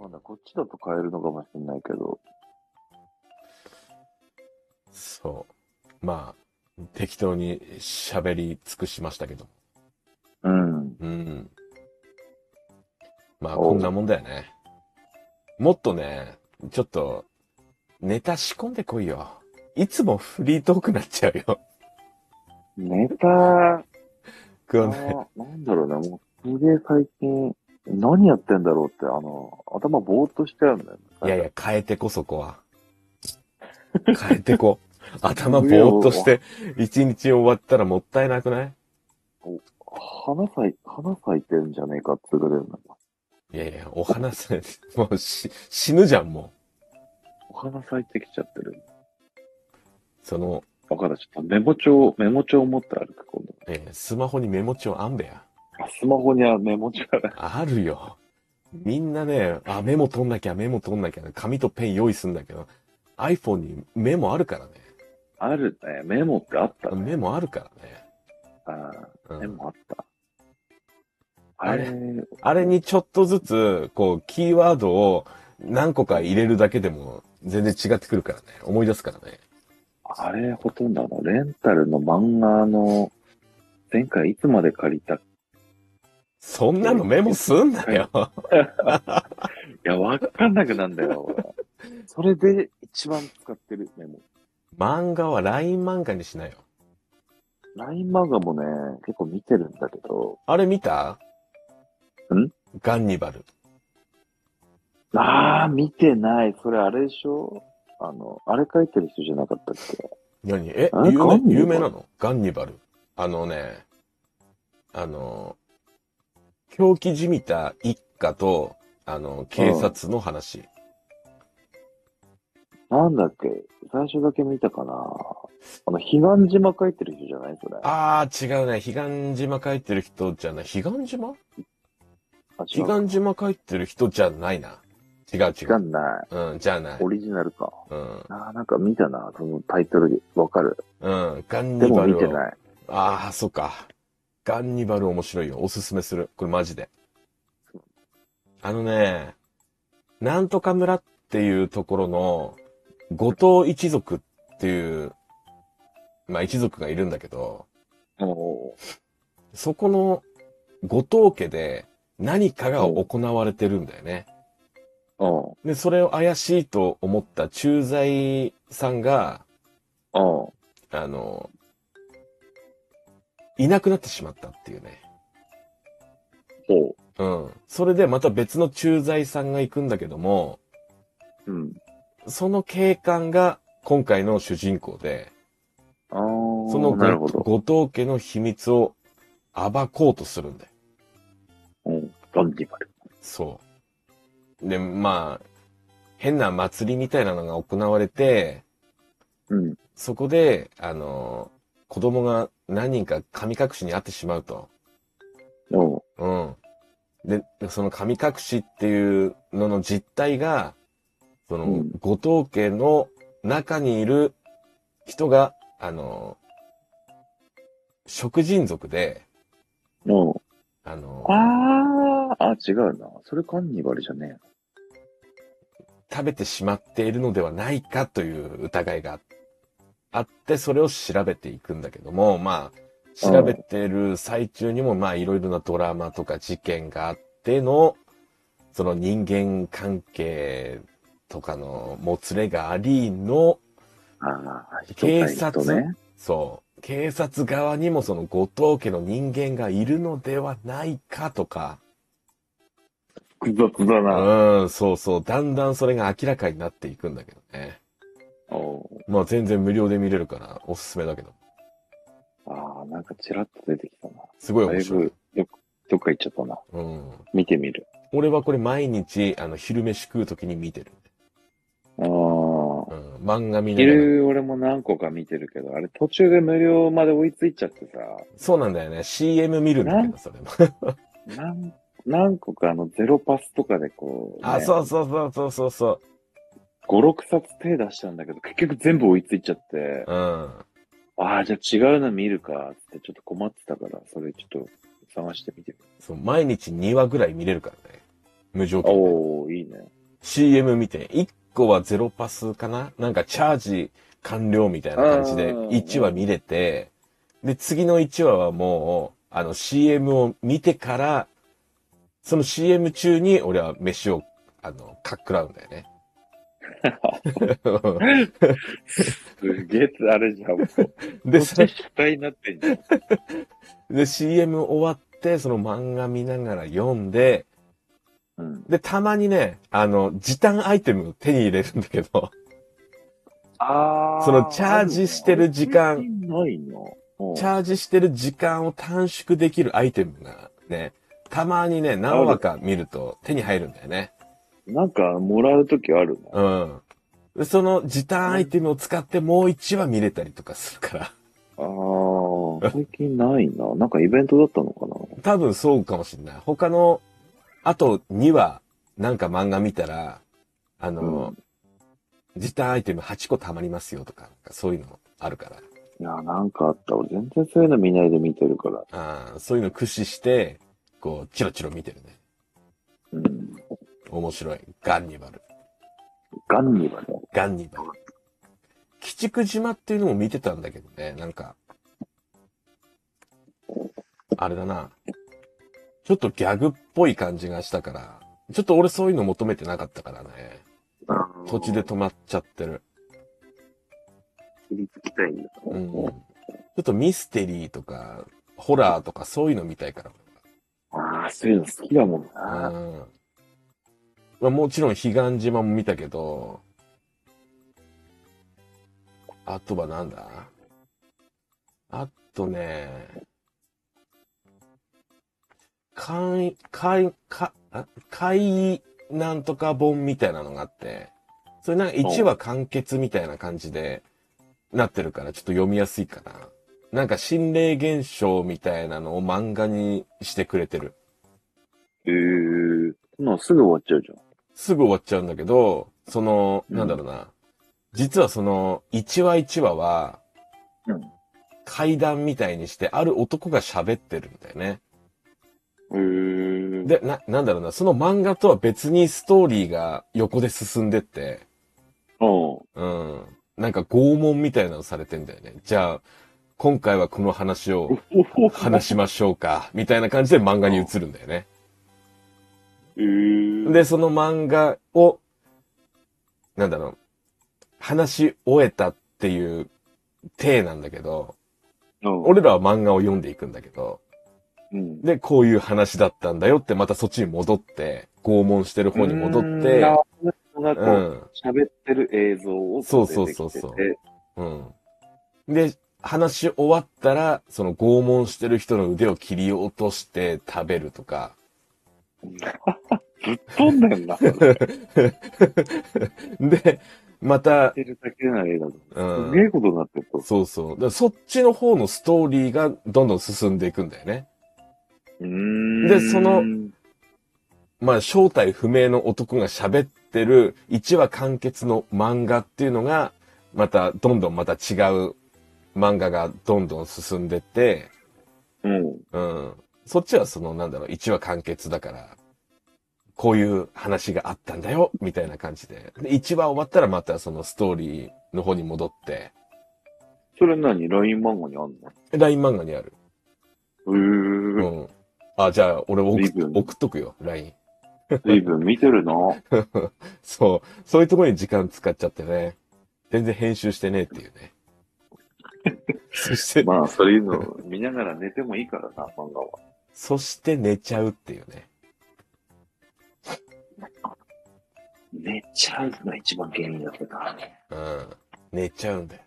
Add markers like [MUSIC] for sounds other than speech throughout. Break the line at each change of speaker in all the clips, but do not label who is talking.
まだこっちだと買えるのかもしれないけど。
そう。まあ、適当に喋り尽くしましたけど。
うん。
うん。まあ、
おう
こんなもんだよね。もっとね、ちょっと、ネタ仕込んでこいよ。いつもフリートークになっちゃうよ。
ネタ、
こ
あ
うね
ーなんだろうな、もうすげえ最近、何やってんだろうって、あの、頭ぼーっとしちゃうんだよね。
いやいや、変えてこそこは。変えて
[LAUGHS]
こ。頭ぼーっとして、一日終わったらもったいなくない
花咲い、花咲いてんじゃねえかってぐらいの。
いやいや、お話せ、もうし死ぬじゃん、も
お花咲いてきちゃってる。
う。その、
だからちょっとメモ帳、メモ帳持って歩く、今度。
えースマホにメモ帳あんべや。
あ、スマホにはメモ帳が
あるよ。みんなね、あ、メモ取んなきゃ、メモ取んなきゃ、紙とペン用意すんだけど、iPhone にメモあるからね。
あるね。メモってあったね。
メモあるからね。
あ
う
ー
ん
メモあった。
あ
あ
れ
れ、
あれにちょっとずつ、こう、キーワードを何個か入れるだけでも全然違ってくるからね。思い出すからね。
あれほとんどあの、レンタルの漫画の、前回いつまで借りたい
そんなのメモすんなよ。
や、わかんなくなんだよ、俺それで一番使ってるメモ。
漫画は LINE 漫画にしなよ。
LINE 漫画もね、結構見てるんだけど、
あれ見た
ん
ガンニバル。
あー、見てない。それあれでしょあの、あれ書いてる人じゃなかったっけ
何え
あ
有
ガンニバ
名
ル
有名なのガンニバル。あのね、あの、狂気じみた一家と、あの、警察の話。
なんだっけ最初だけ見たかなあの、彼岸島書いてる人じゃないそれ。
あー、違うね。彼岸島書いてる人じゃない。彼岸島
あ、違う
彼岸島書いてる人じゃないな。違う違
わか
う。
んない。
うん、じゃない。
オリジナルか。
うん。
あーなんか見たな、そのタイトルわかる。
うん。ガン
で
ニ
も
バ
見
ル
て
を。
ない。
ああ、そっか。ガンニバル面白いよ。おすすめする。これマジで。あのね、なんとか村っていうところの、後藤一族っていう、まあ一族がいるんだけど、
も
そこの後藤家で何かが行われてるんだよね。
う、うん、うん
で、それを怪しいと思った駐在さんが、。あの、いなくなってしまったっていうね。
そ
うん。それでまた別の駐在さんが行くんだけども、
う。うん。
その警官が今回の主人公で、
あー
その
なるほど。
後後藤家の秘密を暴こうとするんだよ。
うん。ガンディバル。
そう。で、まあ、変な祭りみたいなのが行われて、
うん。
そこで、あの、子供が何人か神隠しにあってしまうと。
うん。
うん。で、その神隠しっていうのの実態が、その、
うん
後藤家の中にいる人が、あの、食人族で、
うん。
あの、
あー、あ、違うな。それガンディバルじゃね
食べてしまっているのではないかという疑いがあって、それを調べていくんだけども、まあ、調べてる最中にも、まあ、いろいろなドラマとか事件があっての、その人間関係とかのもつれがありの、
えな。あー、
警
人体
察
とね。
そう、警察側にもその後藤家の人間がいるのではないかとか、
複雑だな。
うん、そうそう、だんだんそれが明らかになっていくんだけどね。
お
まあ全然無料で見れるからおすすめだけど。
あー、なんかチラッと出てきたな。
すごい
だ
面
い
白い
ぶ。、どっかどっか行っちゃったな。
うん。
見てみる。
俺はこれ毎日、あの、昼飯食うときに見てる。
あー。
うん。漫画見ながら。
昼、俺も何個か見てるけど、あれ途中で無料まで追いついちゃってさ、
そうなんだよね。CM 見るんだけど、それも。
何、何個かあのゼロパスとかでこう、
あ、
ね
そうそうそうそうそうそ
5、6冊手出したんだけど、結局全部追いついちゃって、
う。うん。
ああ、じゃあ違うの見るか、ってちょっと困ってたから、それちょっと探してみてみる。
そう、毎日2話ぐらい見れるからね。無条件で。
おー、いいね。
CM 見て、1個はゼロパスかななんかチャージ完了みたいな感じで、
うん
1話見れて、で、次の1話はもう、あの CM を見てから、その CM 中に俺は飯を、あの、かっくらうんだよ
[LAUGHS]
ね。
すげえ、あれじゃん。もう
[LAUGHS]
こ
で、
っ
さ
ち主体になってんじゃん。
で CM 終わって、その漫画見ながら読んで、
うん、
で、たまにね、あの、時短アイテムを手に入れるんだけど、
あー
そのチャージしてる時間
あるねないの。うん
チャージしてる時間を短縮できるアイテムがね、たまにね、何話か見ると手に入るんだよね。
なんか、もらうときあるな。
うん。でその時短アイテムを使ってもう1話見れたりとかするから。
ああ、最近ないな。なんかイベントだったのかな。
多分そうかもしんない。他の、あと2話、なんか漫画見たら、あの、時短アイテム8個貯まりますよとか、そういうのあるから。
いや、なんかあった。俺全然そういうの見ないで見てるから。
あーそういうの駆使して、こう、チロチロ見てるね。
うん。
面白い。ガンニバル。
ガンにはね。
ガンニバル。鬼畜島っていうのも見てたんだけどね、なんか。あれだな。ちょっとギャグっぽい感じがしたから。ちょっと俺そういうの求めてなかったからね。途中で止まっちゃってる。
振り付きたいんだ。
うん。ちょっとミステリーとか、ホラーとかそういうの見たいから。
ああ、そういうの好きだもん
う
な。
ん。まあ、もちろん彼岸島も見たけど、あとはなんだあとね、海、海、か、あ海なんとか本みたいなのがあって、それなんか1話完結みたいな感じでなってるから、ちょっと読みやすいかな。なんか心霊現象みたいなのを漫画にしてくれてる。
へえー。そんなのすぐ終わっちゃうじゃん。
すぐ終わっちゃうんだけど、その、
うん
なんだろうな。実はその、1話1話は、
うん
階段みたいにして、ある男が喋ってるんだよね。
へー
で、な、なんだろうな、その漫画とは別にストーリーが横で進んでって、
うん。
うん。なんか拷問みたいなのされてんだよね。じゃあ、今回はこの話を
[LAUGHS]
話しましょうか、みたいな感じで漫画に移るんだよね。
えー、
で、その漫画を、なんだろう、話し終えたっていう体なんだけど、
うん、
俺らは漫画を読んでいくんだけど、
うん、
で、こういう話だったんだよって、またそっちに戻って、拷問してる方に戻って、
なるほどなん
う
かこ
ん、
う、喋ってる映像を
そうそうそうそ
撮
う
ってて
うん。で、話し終わったら、その拷問してる人の腕を切り落として食べるとか、 [LAUGHS]
ぶっ飛んでんな。知っ
で、また、
てるだけの映画だ。
うん。
すげえことになってると。
そうそう。だからそっちの方のストーリーがどんどん進んでいくんだよね。
うーん
でそのまあ、正体不明の男が喋ってる1話完結の漫画っていうのが、また、どんどんまた違う漫画がどんどん進んでって、
うん。
うん。そっちはその、なんだろう、1話完結だから、こういう話があったんだよ、みたいな感じで。で、1話終わったらまたそのストーリーの方に戻って、
それ何 ?LINE 漫画にあんの
LINE 漫画にある。
う
う
ーん。
ん。あ、じゃあ、俺送っ
随分
送っとくよ、LINE。
随分見てるな。
そう。そういうところに時間使っちゃってね。全然編集してねえっ
[LAUGHS]
ていうね。そして、
まあ、そういうの見ながら寝てもいいからな、漫画は。
そして寝ちゃうっていうね。
寝ちゃうのが一番原因だったからね。
うん。寝ちゃうんだよ。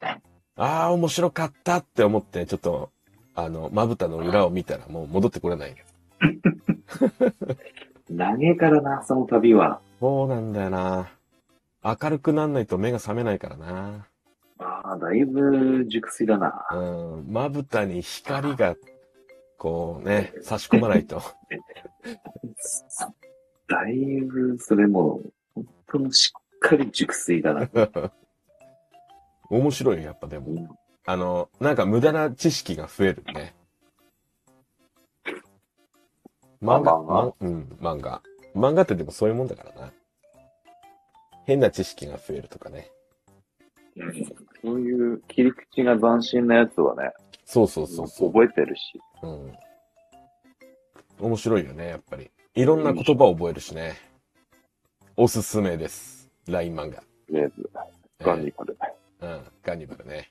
ああ、面白かったって思って、ちょっと、あの、まぶたの裏を見たらもう戻ってこれないよ。
長えからな、その旅は。
そうなんだよな。明るくなんないと目が覚めないからな。
まあ、だいぶ熟睡だな。
うん。まぶたに光が、こうね、差し込まないと。
だいぶ、それも、本当にしっかり熟睡だな。
面白いよ、やっぱでも。あの、なんか無駄な知識が増えるね。漫画、
あ漫画
まんうん、漫画。漫画ってでもそういうもんだからな。変な知識が増えるとかね。
うんそういう切り口が斬新なやつはね、
そうそうそうそう。
覚えてるし。
うん。面白いよね、やっぱり。いろんな言葉を覚えるしね。おすすめです。LINE 漫画。
とりあえず、ガンニバル。
えーうん、ガンニバルね。